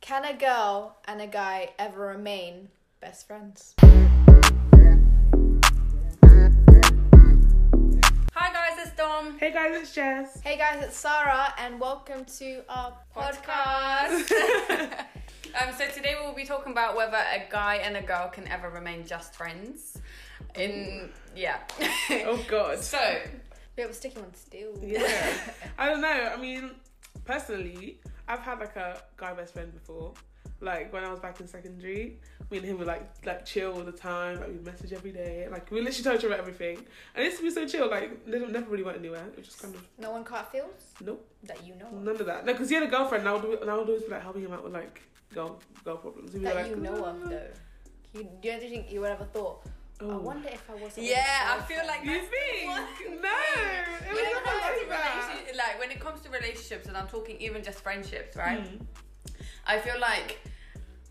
Can a girl and a guy ever remain best friends? Hi guys, it's Dom. Hey guys, it's Jess. Hey guys, it's Sarah, and welcome to our podcast. um, so today we'll be talking about whether a guy and a girl can ever remain just friends. In yeah. Oh god. so Bit of a sticky one to deal with. Yeah. I don't know. I mean, personally, I've had like a guy best friend before. Like when I was back in secondary, me and him were like like chill all the time. Like we message every day. Like we literally told each other everything, and it's been so chill. Like never, never really went anywhere. It was just kind of No one caught feels nope, that you know of. none of that. No, because he had a girlfriend. And I would and I would always be like helping him out with like girl girl problems. He'd be That like, you know of, "Uh, though. You, you don't think you would ever thought, I Oh. wonder if I was. yeah, I feel like You that's think? No, What? it was never like that. Relation- like when it comes to relationships, and I'm talking even just friendships, right? Mm. I feel like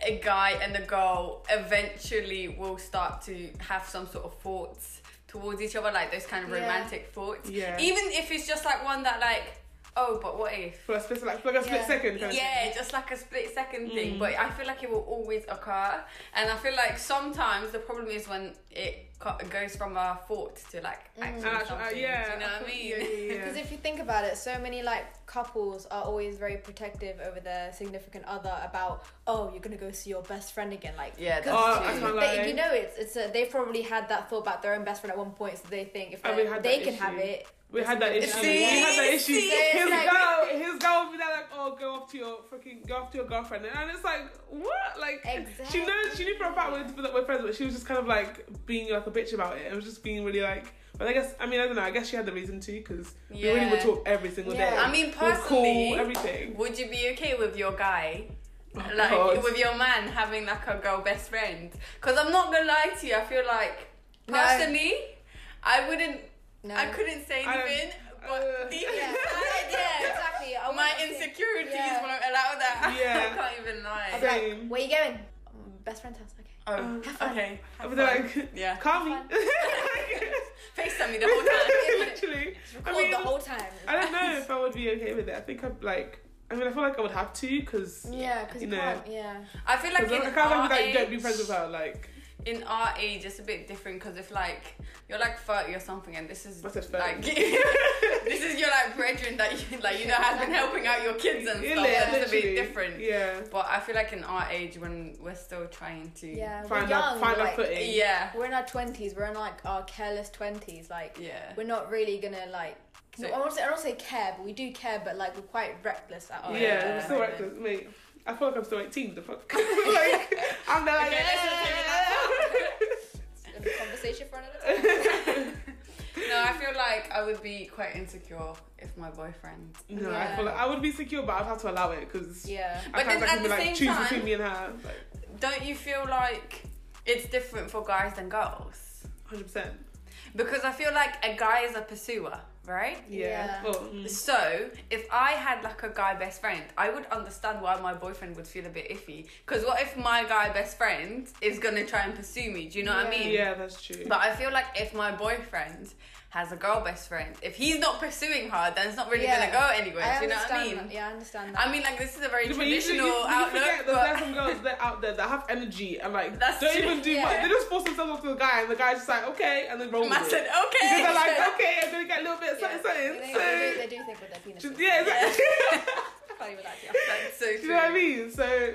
a guy and a girl eventually will start to have some sort of thoughts towards each other, like those kind of Yeah. romantic thoughts. Yeah. Even if it's just like one that like, oh, but what if? For a split, like, for like a split Yeah. second. Kind Of Yeah, thing. Uh, just like a split second thing, Mm. but I feel like it will always occur, and I feel like sometimes the problem is when it co- goes from a thought to like actually Actu- uh, something. yeah. Do you know what I mean? Yeah, yeah, yeah. Because if you think about it, so many like couples are always very protective over their significant other about, oh, you're gonna go see your best friend again, like Yeah, that's Oh, true. I can't lie. They, you know, it's it's a, they probably had that thought about their own best friend at one point, so they think if And Oh, we they- had they that can have issue. it, We had that issue. See? we had that issue. See? his It's like- girl, his girl would be like, "Oh, go off to your freaking, go off to your girlfriend," and it's like, what? Like, she knows, she knew for a fact we're, that we're friends, but she was just kind of like being like a bitch about it. It was just being really like. But I guess, I mean, I don't know. I guess she had the reason too, because we really would Yeah. talk every single Yeah. day. I mean, We'd personally, call everything. Would you be okay with your guy, Oh, like God. with your man having like a girl best friend? Because I'm not gonna lie to you, I feel like No. personally, I wouldn't, no. I couldn't say I don't- anything, but uh, deep Yeah, inside, yeah, yeah, exactly. I my wouldn't think- insecurities Yeah. won't allow that. Yeah. I can't even lie. I'd be like, Same. Where you going? "Um, Best friend's house. Okay. Oh, Have fun. okay. But Have they're fun. like, yeah, call me. Have FaceTime me the whole time. Literally. I Called mean, the whole time. I don't know if I would be okay with it. I think I'd like. I mean, I feel like I would have to because Yeah, because You you know. can't. Yeah. I feel I like in can't like, our be like, don't be age- friends with her. Like, in our age it's a bit different because if like you're like 30 or something and this is What's it, 30? like this is your like brethren that you like you know has been helping out your kids and yeah, stuff then it's a bit literally. different Yeah. but i feel like in our age when we're still trying to Yeah. Find we're young. our find we're, our like, footing. yeah we're in our twenties. We're in like our careless twenties. Like yeah we're not really gonna like. So- I don't say, I don't say care, but we do care, but like we're quite reckless at yeah, our Oh, yeah. I'm still reckless, mate. I feel like I'm still 18. The fuck. like, I'm not like. Okay, let's just leave it at that. age. Conversation for another time. no i feel like i would be quite insecure if my boyfriend no, I Yeah. feel like I would be secure, but I'd have to allow it because Yeah. I But can't then like, at be the like same choose time- between me and her. Like, don't you feel like it's different for guys than girls 100. percent because i feel like a guy is a pursuer right Yeah. Yeah. Well, mm, So, if I had like a guy best friend, I would understand why my boyfriend would feel a bit iffy. Because what if my guy best friend is gonna try and pursue me? Do you know what I Yeah. mean? yeah, that's true. But I feel like if my boyfriend has a girl best friend, if he's not pursuing her, then it's not really Yeah. gonna go anywhere. I Do you know what I understand mean? that. Yeah, I understand that. I mean, like, this is a very Yeah, but you should- traditional you- you outlook. forget that but there's some girls that out there that have energy and like That's don't true. even do Yeah. much. They just force themselves onto the guy, and the guy's just like, okay, and then roll I with it. said, okay. Because they're like, okay, I'm gonna get a little bit of something, They, something. they, So do, they do think with their penis. just, yeah, exactly. Funny with that, yeah. That's so do you know what I true. mean? So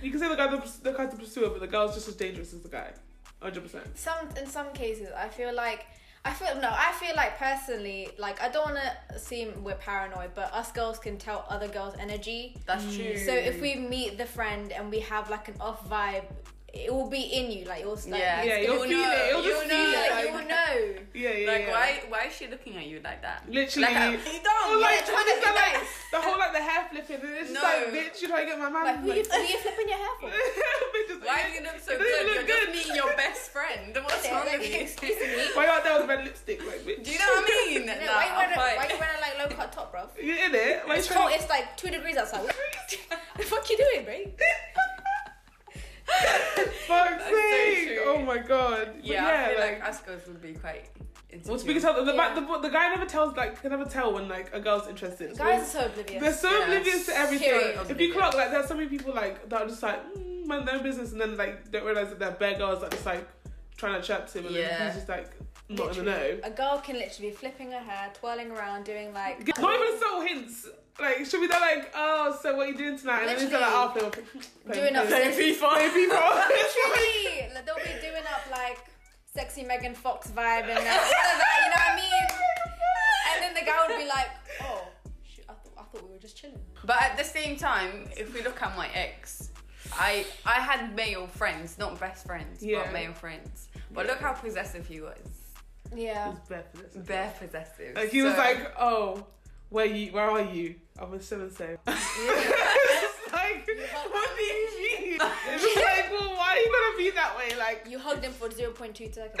you can say the guy the, the guy's the pursuer, but the girl's just as dangerous as the guy, hundred percent. Some in some cases, I feel like I feel no, I feel like personally, like I don't want to seem we're paranoid, but us girls can tell other girls' energy. Mm. That's true. So if we meet the friend and we have like an off vibe, it will be in you. Like you'll like, Yeah. Yeah, it's you'll gonna- feel know, it. You'll you'll just know, feel it. like, Like, you'll know. yeah, yeah, Like, yeah. why, why is she looking at you like that? Literally. Oh Like, I- you Or don't. like, yeah. trying to trying to be get like nice. the whole like the hair flipping, and it's No. just like, bitch, you trying to get my man? Like who you, Like, who you flipping your hair for? bitches, Why do you look so It good? doesn't You're look just good. meeting your best friend. What's wrong with you? Excuse me. Why you out there with red lipstick, like bitch? Do you know what I mean? You know, Nah, why you I'll wearing a- fight. why you wearing a, like low cut top, bro? You in it? Why you It's cold. trying? It's like two degrees outside. What the fuck you doing, bro? Fuck's That's so sake! true. oh my god. But yeah, I feel like, like, us girls would be quite insecure. Well, it's because of the, Yeah. the, the, the guy never tells like can never tell when like a girl's interested. It's Guys are so oblivious. They're so Yeah. oblivious to everything. Period. If you clock, like, there's so many people like that are just like mm, mind their own business, and then like don't realize that they're bare girls that just like trying to chat to him, and Yeah. then he's just like not in the Literally. know. A girl can literally be flipping her hair, twirling around, doing like. Not even subtle hints. Like she'll be there like, oh, so what are you doing tonight? And then he's there, like, oh, play, play, Doing up play, sexy- play FIFA. Literally, like, they'll be doing up like sexy Megan Fox vibe and uh, all of that. You know what I mean? And then the guy would be like, "Oh, shoot, I thought I thought we were just chilling." But at the same time, if we look at my ex, I I had male friends, not best friends, Yeah. but male friends. But look how possessive he was. Yeah. It's bad for this. Bare possessive. Like he was So- like, oh, where you? Where are you? I'm with so and so. It's like, what do you mean? It's just like, well, why are you gonna be that way? Like, You hugged him for 0.2 seconds.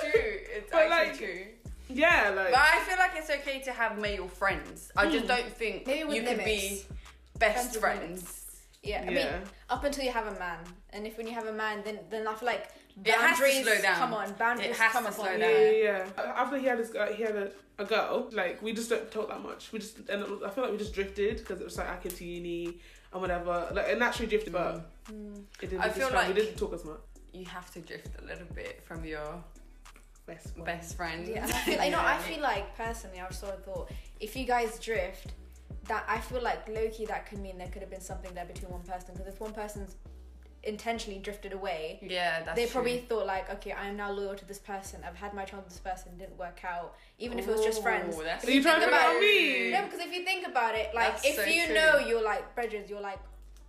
true. It's But, actually like, true. Yeah, But like I feel like it's okay to have male friends. I just don't think Maybe Hmm. with you could be limits. Friends best with friends. Yeah, I Yeah. mean, up until you have a man, and if when you have a man, then then I feel like It has to boundaries slow down. come on, boundaries It has come to upon slow you. yeah, down. yeah, yeah. After he had his, uh, he had a, a girl. Like we just don't talk that much. We just and I feel like we just drifted because it was like I came to uni and whatever. Like it naturally drifted, but it didn't. Mm. I it's feel fine. like- we didn't talk as much. You have to drift a little bit from your Best, one. best friend. Yeah, and I feel, I know. I Yeah. feel like personally, I've sort of thought if you guys drift, that I feel like Loki, that could mean there could have been something there between one person. Because if one person's intentionally drifted away, Yeah, that's they true. probably thought like, okay, I'm now loyal to this person. I've had my child with this person, didn't work out. Even if it was just friends. Ooh, that's Are you trying to think put it about on me? No, because if you think about it, like That's if so you true. know you're like brethren, you're like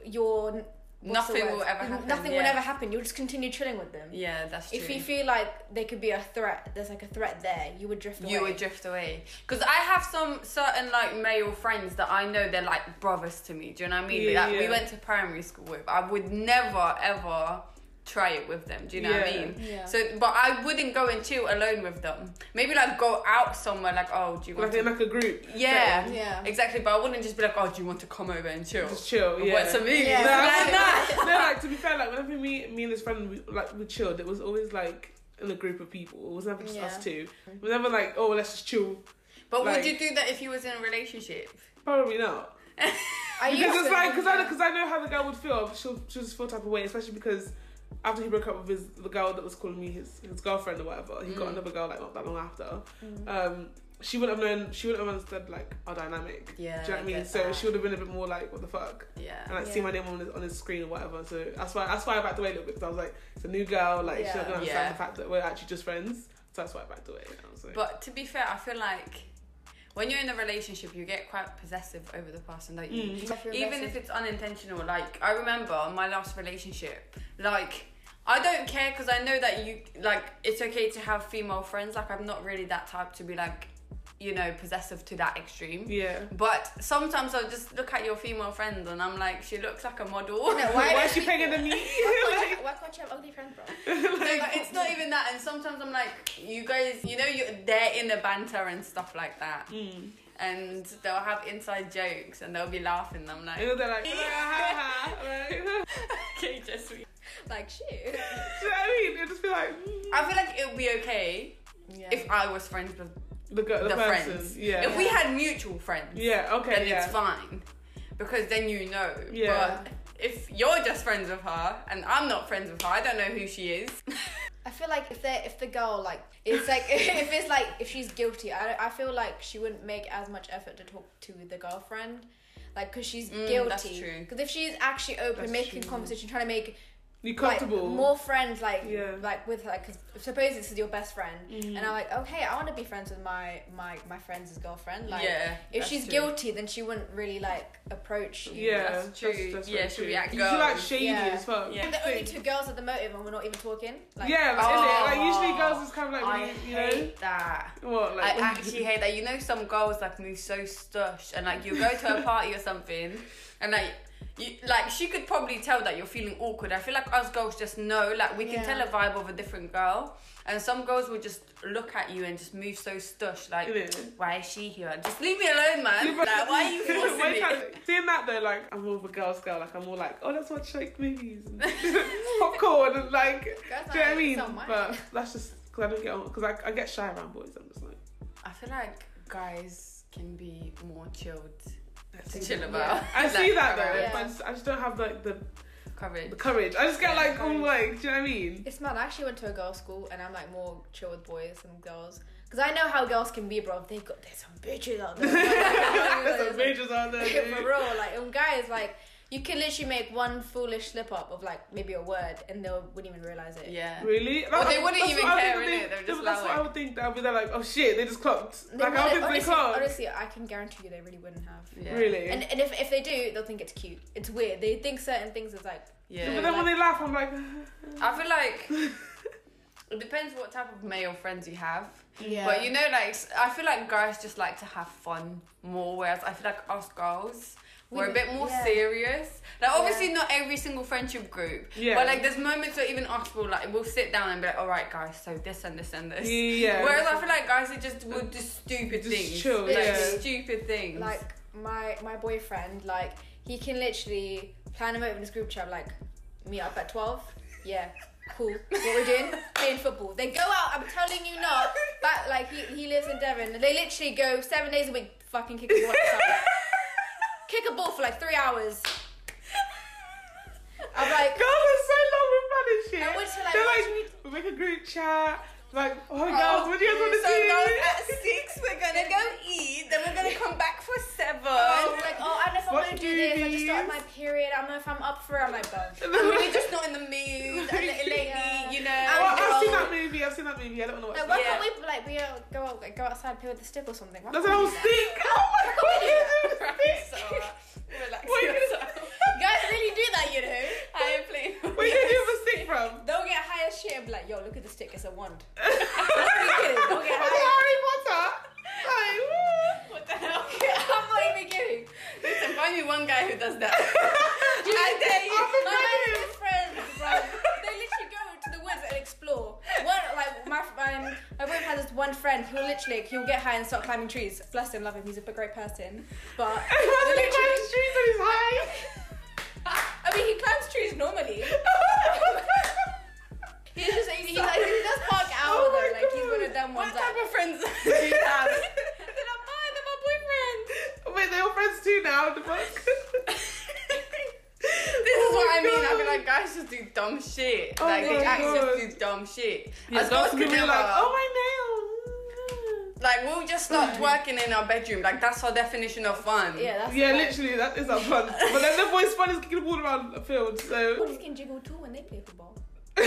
you're what's the Nothing word? will ever happen, Nothing will yeah. ever happen. You'll just continue chilling with them. Yeah, that's true. If you feel like they could be a threat, there's like a threat there, you would drift away. you would drift away because I have some certain like male friends that I know they're like brothers to me. Do you know what I mean? Yeah, Like, yeah. we went to primary school with. I would never ever try it with them. Do you know what I Yeah. mean? Yeah. So, but I wouldn't go and chill alone with them. Maybe like go out somewhere. Like, oh, do you want Like in to? like a group. Yeah, Yeah. exactly. But I wouldn't just be like, oh, do you want to come over and chill? Just chill. Yeah. What's a movie? Yeah. No, Like I- that. no, like to be fair, like whenever me, me and this friend, we, like we chilled. It was always like in a group of people. It was never just Yeah. us two. It was never like, oh, let's just chill. But Like- would you do that if you was in a relationship? Probably not. I Because used it's to- like, because I, cause I know how the girl would feel. She'll, she'll just feel type of way, especially because after he broke up with his, the girl that was calling me his, his girlfriend or whatever, he got Mm. another girl like not that long after. Um, she wouldn't have known. She wouldn't have understood like our dynamic. Yeah. Do you know what I mean? get So that. she would have been a bit more like, what the fuck. Yeah. and like Yeah. see my name on his, on his screen or whatever. So that's why that's why I backed away a little bit because I was like, it's a new girl, like she's not Yeah. gonna understand Yeah. the fact that we're actually just friends. So that's why I backed away. And I was like, But to be fair, I feel like when you're in a relationship, you get quite possessive over the person, don't you? Mm. Even if it's unintentional. Like I remember my last relationship, like. I don't care because I know that you like it's okay to have female friends. Like I'm not really that type to be like, you know, possessive to that extreme. yeah. But sometimes I'll just look at your female friend and I'm like, she looks like a model. No, Why, Why why don't is she we- bigger than me? why can't you- why can't you have ugly friends, bro? No, but it's not even that. And sometimes I'm like, you guys, you know, you they're in the banter and stuff like that, Mm. and they'll have inside jokes and they'll be laughing. and I'm And like, then they're like, "Ah, ha, ha, ha. Like, do you know okay, Jesse. Like shit. what I mean? It just be like mm, I feel like it would be okay Yeah. if I was friends with the girl, the, the, person. friends. Yeah. If we had mutual friends, yeah. Okay. then yeah. it's fine, because then you know. Yeah. But if you're just friends with her and I'm not friends with her, I don't know who she is. I feel like if they if the girl like it's like if it's like if she's guilty, I don't- I feel like she wouldn't make as much effort to talk to the girlfriend, like because she's guilty. Mm, that's true. Because if she's actually open, That's making true. conversation, trying to make You like, comfortable? more friends, like Yeah. Mm. like with her. Because suppose this is your best friend, and I'm like, okay, I want to be friends with my my my friend's girlfriend. Like, yeah. if that's she's true. guilty, then she wouldn't really like approach you. yeah. That's true. Yeah, very she'll be like, You feel like girls. shady Yeah. as fuck. Yeah. We're the only two girls at the motive, and we're not even talking. Like, yeah, like, innit? Oh. like usually girls is kind of like I you, you know hate that. what like I actually hate that. You know, some girls like move so stush, and like you go to a party or something, and like You, like she could probably tell that you're feeling awkward. I feel like us girls just know, like we can Yeah. tell a vibe of a different girl, and some girls will just look at you and just move so stush, like Innit? why is she here? Just leave me alone, man. Like why are you Why forcing can't- it? Seeing that though, like I'm more of a girl's girl. Like I'm more like, oh, let's watch like movies, and popcorn, and like, Girls do you know what I like, mean? so much. But that's just because I don't get on. Because I, I get shy around boys. I'm just like, I feel like guys can be more chilled let's to see. chill about. I Like, see that though, Yeah. but I just, I just don't have like the, Courage. the courage. I just get Yeah, like, oh, like, do you know what I mean? It's mad. I actually went to a girls' school, and I'm like more chill with boys and girls. Cause I know how girls can be, bro. They got there's some bitches out there. That's some majors out there. Yeah, for dude. real. Like, and guys, like, you can literally make one foolish slip up of like maybe a word, and they wouldn't even realize it. Yeah. Really? Well, they That- wouldn't that's even what I care, would innit? think. They're just That's what I like- would think. They'll be there like, oh shit, they just clocked. They like I wouldn't- would think they honestly, clocked. honestly, I can guarantee you they really wouldn't have. Yeah. Really? And, and if, if they do, they'll think it's cute. It's weird. They think certain things is like Yeah. but then when they laugh, I'm like, I feel like it depends what type of male friends you have. yeah. But you know, like s- I feel like guys just like to have fun more, whereas I feel like us girls We we're a do- bit more yeah. serious. Like obviously Yeah. not every single friendship group, Yeah. but like there's moments where even us will like we'll sit down and be like, all right, guys, so this and this and this. yeah. Whereas I feel like guys are just would do stupid Just things, chill, like yeah. stupid things. like my my boyfriend, like he can literally plan him out in his group chat, like meet up at twelve. Yeah, cool. What we doing? Playing football. They go out. I'm telling you not. But like he, he lives in Devon. They literally go seven days a week, fucking kick a ball. outside. kick a ball for like three hours. I'm like, girls are so long with fun and shit. I wish, like, They're what like, should we make a group chat. Like, oh, Oh, girls, what do you guys want to so do? girls, uh, at six we're gonna go eat, then we're gonna come back for seven. oh, like, oh, I don't know if I'm Watch gonna do this. I just started my movies. period. I don't know if I'm up for it. I'm like, bro. I'm really just not in the mood. I'm a little lady, Yeah. you know. I'm well, Oh, I've seen girls. that movie. I've seen that movie. I don't know what. Like, it's why called. Yeah. can't we like we uh, go out, like, go outside play with the stick or something? Why That's can't what we do I was that? thinking. Oh my god. Yeah. Relax Wait, yourself. Guys really do that, you know. I am playing. Where did you have a stick from? They'll get high as shit and be like, yo, look at the stick, it's a wand. I'm kidding, they'll get Harry high. Potter. Like, woo. What the hell? I'm not even kidding. Listen, find me one guy who does that. I dare you. I'm a My man. best friends, bro, they literally go to the woods and explore. One, like my um, my boyfriend has this one friend who will literally he'll get high and start climbing trees. Bless him, love him, he's a great person. But He they'll must be literally, climbing trees on his high. I mean, he climbs trees normally. He's just he's like he does park hour Oh my though, like he's one God. of them ones What that. type of friends do you have? They're not mine, they're my boyfriends. Wait, they're all friends too now. The fuck. This is Oh what my I mean. I God. feel like guys just do dumb shit. Oh like they my actually God. just do dumb shit. Yeah, As girls girls can could be never. like, oh my Like we'll just start working in our bedroom. Like that's our definition of fun. Yeah, that's nail. Yeah, the one. literally, that is our fun. But then the boys' fun is kicking the ball around the field, so. Boys can jiggle too when they play football. What the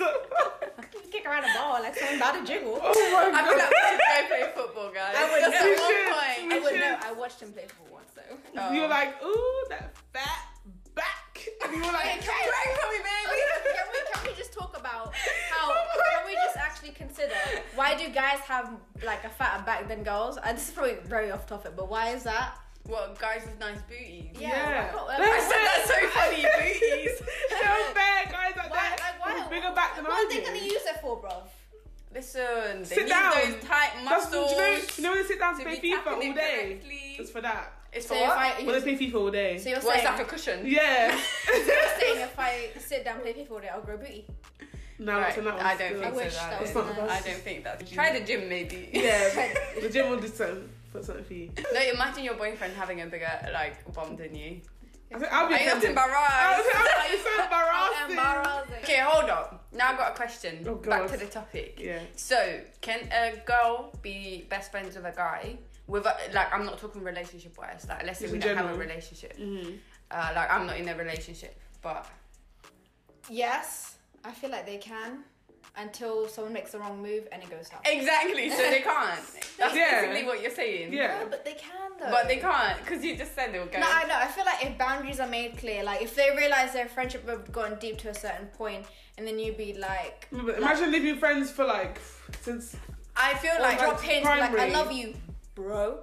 fuck? You can kick around a ball like someone about to jiggle. oh my I feel god. like we should go play football, guys. I would That's never- at one I point. would know. I watched him play football once, so. Oh. You're like, ooh, that fat back. And you're like, Can we- Pray for me, baby. Can we, can we just talk about how can we just actually consider why do guys have like a fatter back than girls? And this is probably very off topic, but why is that? What guys with nice booties? Yeah, Yeah. I can't- I That's said that's so funny, booties. so bad, guys, like Why, that. like, why, With bigger back than what I are do. they gonna use it for, bro? Listen, they Sit need down. those tight That's muscles. what you know. You know when they sit down to, to play be FIFA tapping all it day. correctly. It's for that. It's So for if what? I, When they play FIFA all day. so you're What, it's saying, like a cushion. yeah. you're saying if I sit down play FIFA all day, I'll grow booty. no, Right, that's not I don't I think wish so. that That was is. nice. I don't think that's. Try the gym, maybe. Yeah, the gym will do something. Put something for you. No, imagine your boyfriend having a bigger like bum than you. I think I'll be Are you not offended. I'll be embarrassed? I'll be so embarrassed. Embarrassing. Okay, hold on. Now I've got a question. Oh, Back God. to the topic. Yeah. So, can a girl be best friends with a guy? With a, like, I'm not talking relationship wise. Like, let's say Just we in don't have a general. relationship. Mm-hmm. Mhm. Uh, like, I'm not in a relationship, but Yes, I feel like they can until someone makes the wrong move and it goes up. exactly. So they can't. That's Yeah. basically what you're saying. Yeah. No, but they can though. But they can't because you just said they were going. No, I know. I feel like if boundaries are made clear, like if they realize their friendship have gone deep to a certain point, and then you'd be like, But Imagine living friends for like since I feel or like drop hints, like I primary. love you, bro.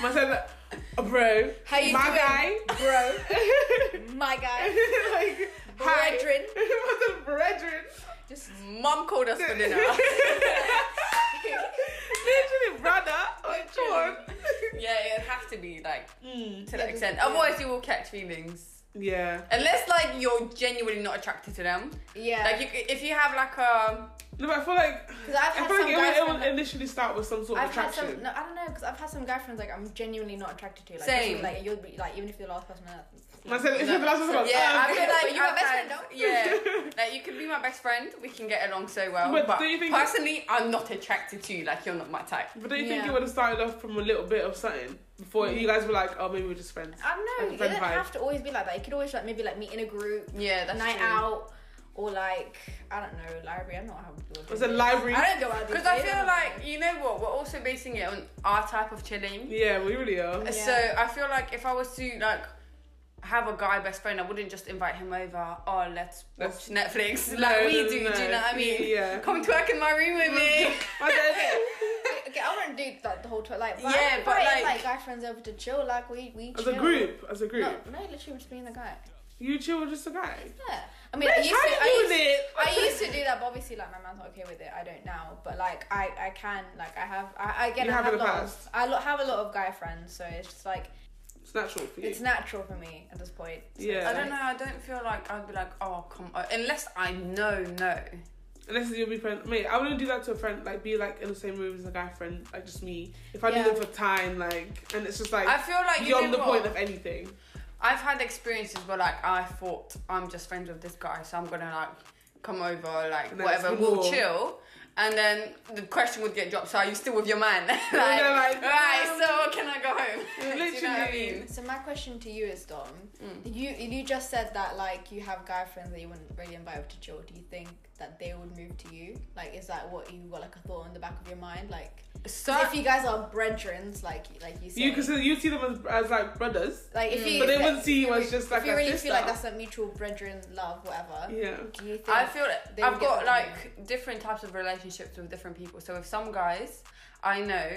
myself. Oh, bro, How you my doing? guy. Bro, my guy, like, hi. brethren. What's up, brethren? Just Mum called us for dinner. Literally, brother. Like, come on. yeah, it'd have to be like Mm. to that extent. Otherwise, you will catch feelings. Yeah. Unless like you're genuinely not attracted to them. Like yeah. you, if you have like a No, but I feel like Because I've I had feel some like it guy would, it would friends. initially start with some sort of I've had attraction. some. No, I don't know. Because I've had some guy friends like I'm genuinely not attracted to. Like, Same. Like you'll be like even if you're the last person. on earth. I said, it's the last one. yeah, I Oh, okay. feel But like you're my I've best had- friend, no? Yeah, like you could be my best friend. We can get along so well. But But, do you think- personally, I'm not attracted to you. Like you're not my type. But don't you think Yeah. Mm. it would have started off from a little bit of something before you guys were like, oh, maybe we're just friends? I don't know. Like It friend doesn't vibe. have to always be like that. You could always like maybe like meet in a group, Yeah, that's night true. out, or like I don't know, library. I don't know how people do It's a library. I don't go out these Because I days, feel don't like you know what? We're also basing it on our type of chilling. Yeah, we really are. Yeah. So I feel like if I was to like have a guy best friend, I wouldn't just invite him over. Oh, let's Let's- watch Netflix No, like we no, do. no. Do you know what I mean? Yeah. Come to work in my room with me. My dad- I? okay, I wouldn't do like the whole tour. Like, but Yeah, I'm but, inviting, like- guy friends over to chill. Like we we as chill. a group, as a group, No, no, literally just me and the guy. you chill with just a guy. Yeah. I mean, I Bitch, used to. how I you used doing it? I used to do that, but obviously, like my man's not okay with it. I don't now, but like I, I can, like I have, I, I again, You I have have in a the lot past. of, I lo- have a lot of guy friends, so it's just like It's natural for you. it's natural for me at this point. So it's Yeah. I don't like- know. I don't feel like I'd be like, oh, come on. Unless I know, no. Unless you'll be friend. Mate, I wouldn't do that to a friend. Like, be like in the same room as a guy friend, like just me. If I Yeah. do them for time, like, and it's just like I feel like you beyond know the what? point of anything. I've had experiences where like I thought I'm just friends with this guy, so I'm gonna like come over, like And then whatever, it's we'll more. chill. And then the question would get dropped, so are you still with your man? like, they're like, right, um, so can I go home? Do you know what I literally. Mm. mean? So my question to you is, Dom, you you just said that like you have guy friends that you wouldn't really invite over to chill. Do you think that they would move to you? Like, is that what you got like a thought in the back of your mind? Like, So 'cause if you guys are brethren, like like you said, You consider you see them as, as like brothers. like if you, But they if- wouldn't see you if as just like if you a really sister. feel like that's a mutual brethren love, whatever. Yeah. Do you think? I feel they I've would get got what you like different types of relationships with different people. So with some guys, I know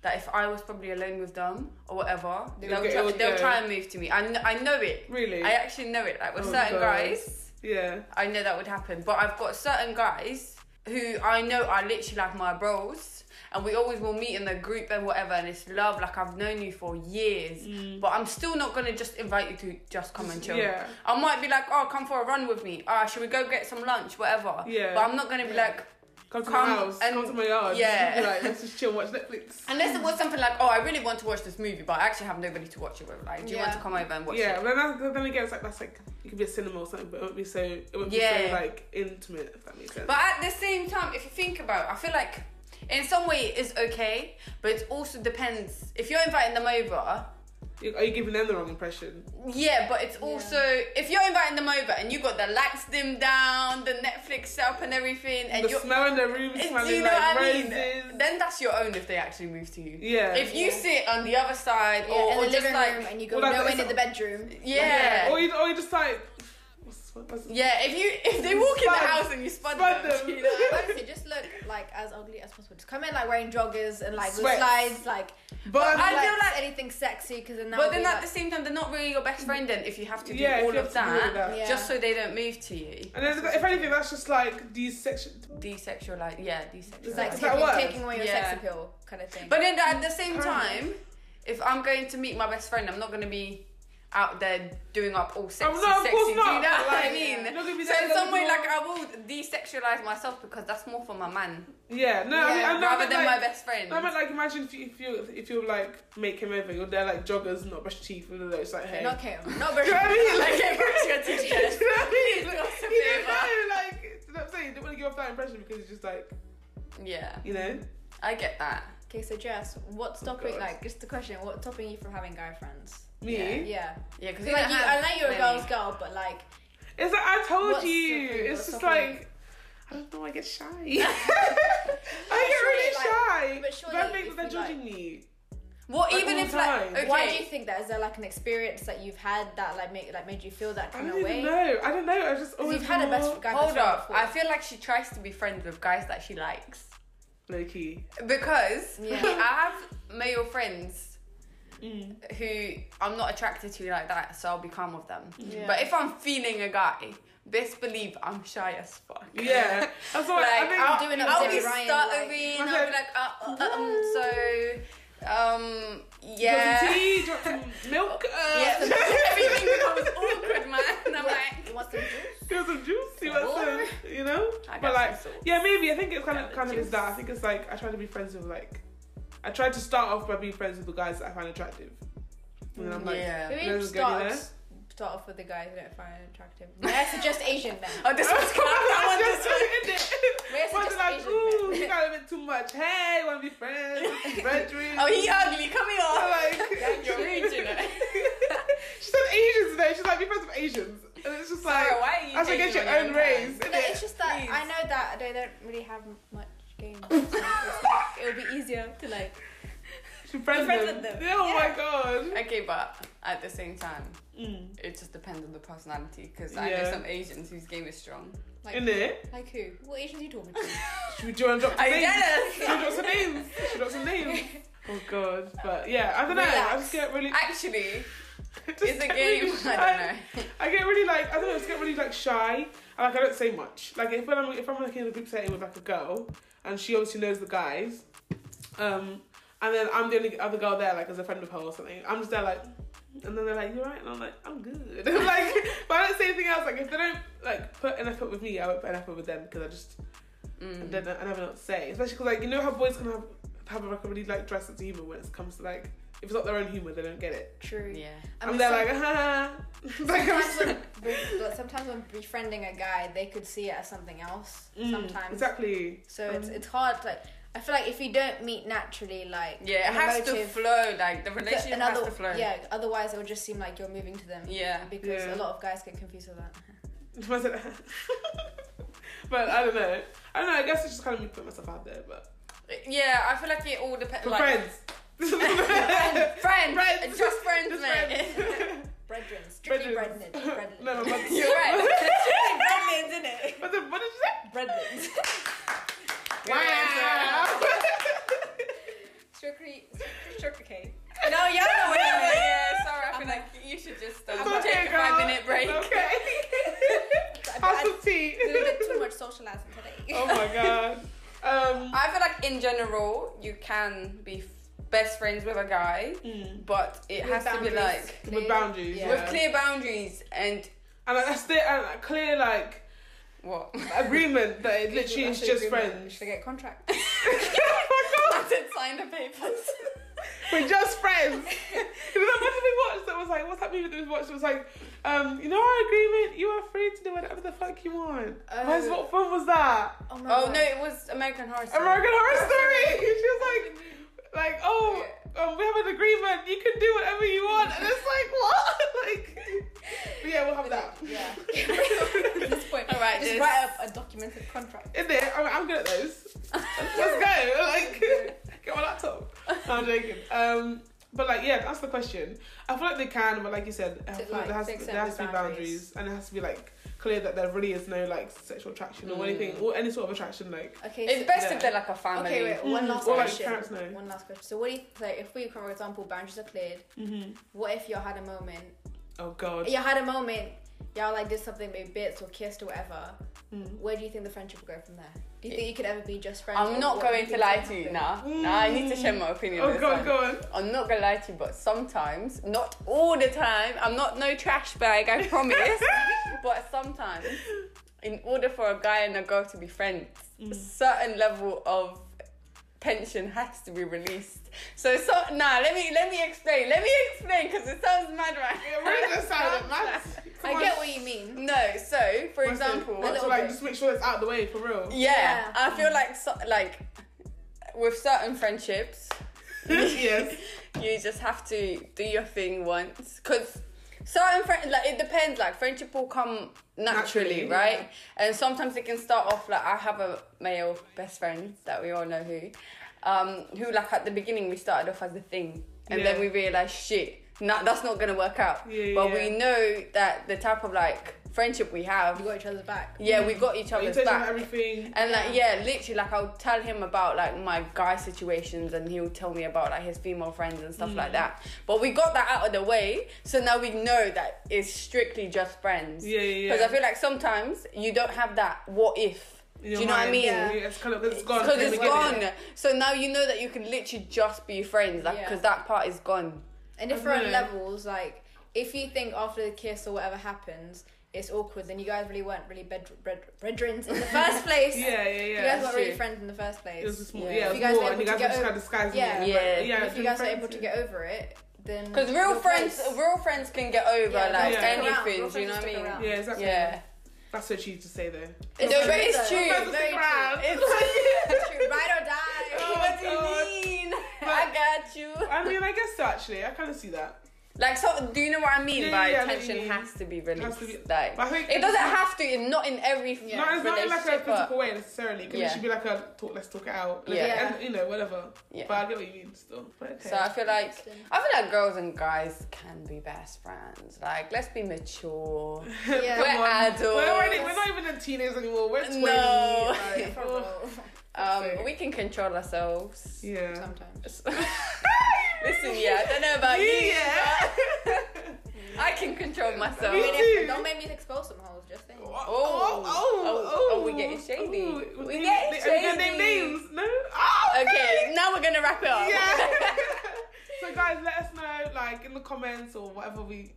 that if I was probably alone with them or whatever, They they would will get- try, would they'll go. try and move to me. I, kn- I know it. Really? I actually know it. Like with Oh, certain God. guys. yeah. I know that would happen. But I've got certain guys who I know are literally like my bros, and we always will meet in the group and whatever, and it's love. Like I've known you for years, but I'm still not gonna just invite you to just come and chill. Mm. Yeah. I might be like, oh, come for a run with me. Ah, should we go get some lunch? Whatever. Yeah. But I'm not gonna be like. Come to Come my house. and- come to my yard. yeah. Be like, let's just chill, and watch Netflix. Unless it was something like, oh, I really want to watch this movie, but I actually have nobody to watch it with. Like, do you want Yeah. to come over and watch yeah, it? but then, that- then again, it's like that's like it could be a cinema or something, but it won't be so it won't be so Yeah. like intimate if that makes sense. But at the same time, if you think about it, I feel like in some way it's okay, but it also depends. If you're inviting them over, You- Are you giving them the wrong impression? yeah, but it's also if you're inviting them over and you got the lights dimmed down, the Netflix up and everything, and the you're. smell in the room Do smelling you know like what I roses. mean? Then that's your own if they actually move to you. Yeah. If you Yeah. sit on the other side Yeah, or, in or the just living like. room, and you go Well, like, no it's one in a- the bedroom. yeah. Or you or you just like what's, what's, yeah, if you if they walk in Spud. the house and you spud, Spud them, them. you know? Honestly, just look like as ugly as possible. Just come in like wearing joggers and like with Sweats. slides, like but I I feel feel like- like anything sexy because then that But would then be, at like- the same time, they're not really your best friend. Then if you have to do Yeah, if all you of have to do all that, of that. Yeah. just so they don't move to you, and then if anything, that's just like these sections. desexualize. Yeah, desexualize. it's like Does that taking, work? taking away your Yeah. sex appeal kind of thing. but then at the same Fair time, if I'm going to meet my best friend, I'm not going to be out there doing up all sexy, Oh, no, of sexy. course Do you know not, but, what I like, mean? not gonna be So that in some way, level. like I will desexualize myself because that's more for my man Yeah, no, Yeah, I mean, I know, I rather meant, than like, my best friend. no, I meant like imagine if you if you if you like make him over, you're there like joggers, not brush teeth, and all that. It's like hey, not Kim, not do you know what I very. mean? Like, Like, get back to your do you know teacher. what I mean? Please do us a Like, you don't favour. know, like, do you know what I'm saying? You don't want to give off that impression because it's just like, Yeah, you know, I get that. okay, so Jess, what's stopping God. like just the question? What's stopping you from having guy friends? me. Yeah. Yeah, Yeah, because because like you, I know you're a girl's girl, but like It's like I told What's the you. thing? It's What's just the thing? like I don't know. I get shy. I get surely, really shy. but surely I think if that you, they're like- judging me. Well, Like, even all if the like time. okay, Why do you think that? Is there like an experience that you've had that like make like made you feel that I kind don't of way? even know. I don't know. I just Because always you've had a best more guy best Hold friend up. before. I feel like she tries to be friends with guys that she likes. low key. Because Yeah. I have male friends Mm. who I'm not attracted to like that, so I'll be calm with them. Yeah. But if I'm feeling a guy, best believe I'm shy as fuck. Yeah. That's why I like think I'll, doing it with I'll be Debbie Ryan, stuttering. like- I'll be like, uh, uh, uh, um, so, um, Drop some yeah. tea, drop some milk. Uh, Yeah, everything becomes awkward, man. And I'm like, You want some juice? Feel some juice, see what's Or- in, you know? I But got like, some sauce. yeah, maybe I think it's kind Got of the kind of is juice. that. I think it's like I try to be friends with like, I try to start off by being friends with the guys that I find attractive, and then I'm like, yeah. Maybe Let's go start, there. off, start off with the guys who don't find attractive. May I suggest Asian men? Oh, this one's calm. I want this one. May I One's suggest like, ooh, Asian men? you got a bit too much. Hey, want to be friends? Brethren. Oh, he ugly. Come I'm here. like, You're rude, you know. she said Asians today. She's like, be friends with Asians, and it's just like, Sarah, why are you I should get taking your on own race. time? No, innit? it's just that Please. I know that they don't really have much game. So it's like, it'll be easier to like. She friends, friends them. with them. Oh Yeah. my god. Okay, but at the same time, Mm. it just depends on the personality. Because I Yeah. know some Asians whose game is strong. Like, In it, like who? What Asians are you talking to? should we do you want to drop some Are you names? jealous? Should we drop some names? Should we drop some names? Oh god, but yeah, I don't know. I just get really. Actually, it's just a get game. really I shy. don't know. I get really like I don't know. I just get really like shy. And, like I don't say much. Like if I'm if I'm like in a group setting with like a girl, and she obviously knows the guys, um, and then I'm the only other girl there, like as a friend of her or something. I'm just there like, and then they're like, "You alright?" And I'm like, "I'm good." like, but I don't say anything else. Like if they don't like put an effort with me, I won't put an effort with them because I just Mm. I, don't, I never know what to say. Especially because like you know how boys can have have like a really like dress sense of humor when it comes to like if it's not their own humor, they don't get it. True. Yeah. I I'm mean, there some- like, ha. like I'm Sometimes just- when, be- like, sometimes when befriending a guy, they could see it as something else. Mm, sometimes, Exactly. so it's Um, it's hard. Like I feel like if you don't meet naturally, like Yeah, it an has to emotive- flow. Like the relationship another, has to flow. Yeah, otherwise it would just seem like you're moving to them. Yeah. because Yeah. a lot of guys get confused with that. I said, but I don't know. I don't know. I guess I just kind of me put myself out there, but Yeah, I feel like it all depends. for Like, friends. friends, friends, Friends. just friends, Just mate. Brethren, strictly Brethren. brethren, brethren. no, no, but, You're right. Brethren, isn't it? but then what did you say? Brethren. Wow. Strictly, strictly. Okay. No, you're the winner. Yeah, sorry. I feel like you should just um, It's okay, take a girl. five-minute break. It's Okay. But Have I some tea. did a bit too much socializing today. Oh my god. Um. I feel like in general you can be f- best friends with a guy, mm, but it With has to be boundaries. like Clear- With boundays. yeah. with clear boundaries and And like, that's the and a clear like what? agreement that it literally is Actually, just agreement. friends. Should I get a contract? I did sign the papers. We're just friends. You know that one we watched that was like, what's that movie that we watched? It was like, um, you know our agreement, you are free to do whatever the fuck you want. Oh. Why is- what film was that? Oh, my Oh God. no, it was American Horror. Story. American Horror Story. she was like, like, oh, um, we have an agreement, you can do whatever you want. And it's like, what? like, but yeah, we'll have that. Yeah. At this point, All right, just this- write up a documented contract. In there, I'm, I'm good at those. Let's go. Like, get my laptop. No, I'm joking. Um, but like, yeah, that's the question. I feel like they can, but like you said, I To, feel like, like, there has, fix there up has to the be boundaries, and it has to be like clear that there really is no like sexual attraction or Mm. anything or any sort of attraction. Like, Okay. It's so, best if they're like a family. okay. Wait. One Mm, last or, like, question. parents know. One last question. So, what do you like? If we, for example, boundaries are cleared, Mm-hmm. what if you had a moment? oh god. You had a moment. Y'all like did something, maybe bits or kissed or whatever. Mm. Where do you think the friendship will go from there? Do you think you could ever be just friends? I'm or not what do going to think lie will to you. happen? Nah, nah. I need to share my opinion. on Oh this god, one. go on. I'm not gonna lie to you, but sometimes, not all the time, I'm not no trash bag, I promise. but sometimes, in order for a guy and a girl to be friends, a certain level of tension has to be released. So, so nah, let me let me explain. Let me explain because it sounds mad, right? Yeah, we're just silent, man. Come I on. get what you mean. No, so for Listen, example, A So, little like, bit. just make sure it's out of the way for real. yeah, Yeah. I feel like so, like with certain friendships, yes. you just have to do your thing once because certain friends like it depends like friendship will come naturally, Naturally, right and sometimes it can start off like i have a male best friend that we all know who um who like at the beginning we started off as a thing and Yeah. then we realized shit no, that's not gonna work out Yeah, but yeah. we know that the type of like friendship we have, You got each other's back. yeah, we got each you other's tell them back. everything. And like yeah, literally like I'll tell him about like my guy situations and he'll tell me about like his female friends and stuff like that. But we got that out of the way, so now we know that it's strictly just friends. Yeah, yeah, Because yeah. I feel like sometimes you don't have that what if. In do your you know what I mind. mean? Yeah, it's kind of it's gone. Because from the it's beginning. gone. So now you know that you can literally just be friends, like Yeah. because that part is gone. And different know. levels, like if you think after the kiss or whatever happens, it's awkward, then you guys really weren't really bed- bed- brethrens in the first place. Yeah, yeah, yeah. You guys weren't that's really true. friends in the first place. It was just more, Yeah. yeah, If it was you guys more, were and able you guys to get were just over- kind of disguising yeah. it. Yeah. but, yeah if you guys are able to get over it, then Because real your friends, place- real friends can get over Mm. Yeah, like they'll stick around. anything. Real Do you know friends what I will mean? stick around. Yeah, exactly. Yeah. That's what she used to say though. No, but it's true. Friends will Very stick around. It's true. Ride or die. Oh what do God. you mean? I got you. I mean, I guess so. Actually, I kind of see that. Like, so do you know what I mean Yeah, by yeah, I know what you tension mean. has to be released? to be- like, But I think it doesn't have to. in Not in every Yeah. No, it's not in like a relationship, but- physical way necessarily. Because Yeah. it should be like a talk. Let's talk it out. And Yeah. yeah, and, you know, whatever. Yeah. But I get what you mean still. But okay. So I feel like I feel like girls and guys can be best friends. Like, let's be mature. Yeah. We're Come on. adults. We're, already, we're not even in teenagers anymore. We're twenty. No. Like, oh. Um, Okay. we can control ourselves. yeah. Sometimes. Listen, yeah, I don't know about you. Yeah. but I can control myself. Me Don't make- too. Don't make me expose some hoes. Just think. Oh, Oh, oh, oh, we getting shady. Ooh, We they- getting they- are we gonna name shady. names? No. Oh, Okay, now we're gonna wrap it up. yeah. so guys, let us know like in the comments or whatever we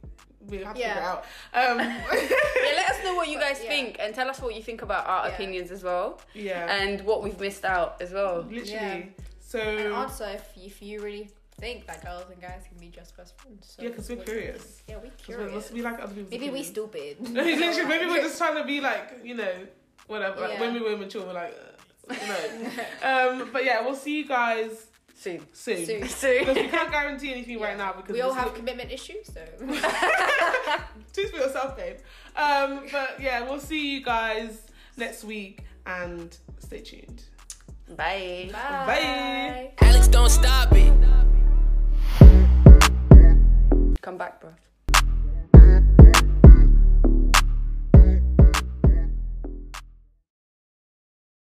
we have to Yeah. figure out. Um, Yeah, let us know what you guys Yeah. think and tell us what you think about our Yeah. opinions as well yeah. and what we've missed out as well. Literally. Um, Yeah. And So also, if you, if you really think that girls and guys can be just best friends, so yeah, because we're curious. Yeah, we're 'Cause we curious. must be like other people. Maybe we stupid. Literally, maybe we're just trying to be like you know whatever. Like, Yeah. when we were mature, we're like uh, no. um, but yeah, we'll see you guys Soon. soon. Soon. Because Soon. we can't guarantee anything Yeah. right now because we all this have commitment issues, so Choose for yourself, babe. Um, but yeah, we'll see you guys next week and stay tuned. Bye. Bye. Alex, don't stop it. Come back, bro.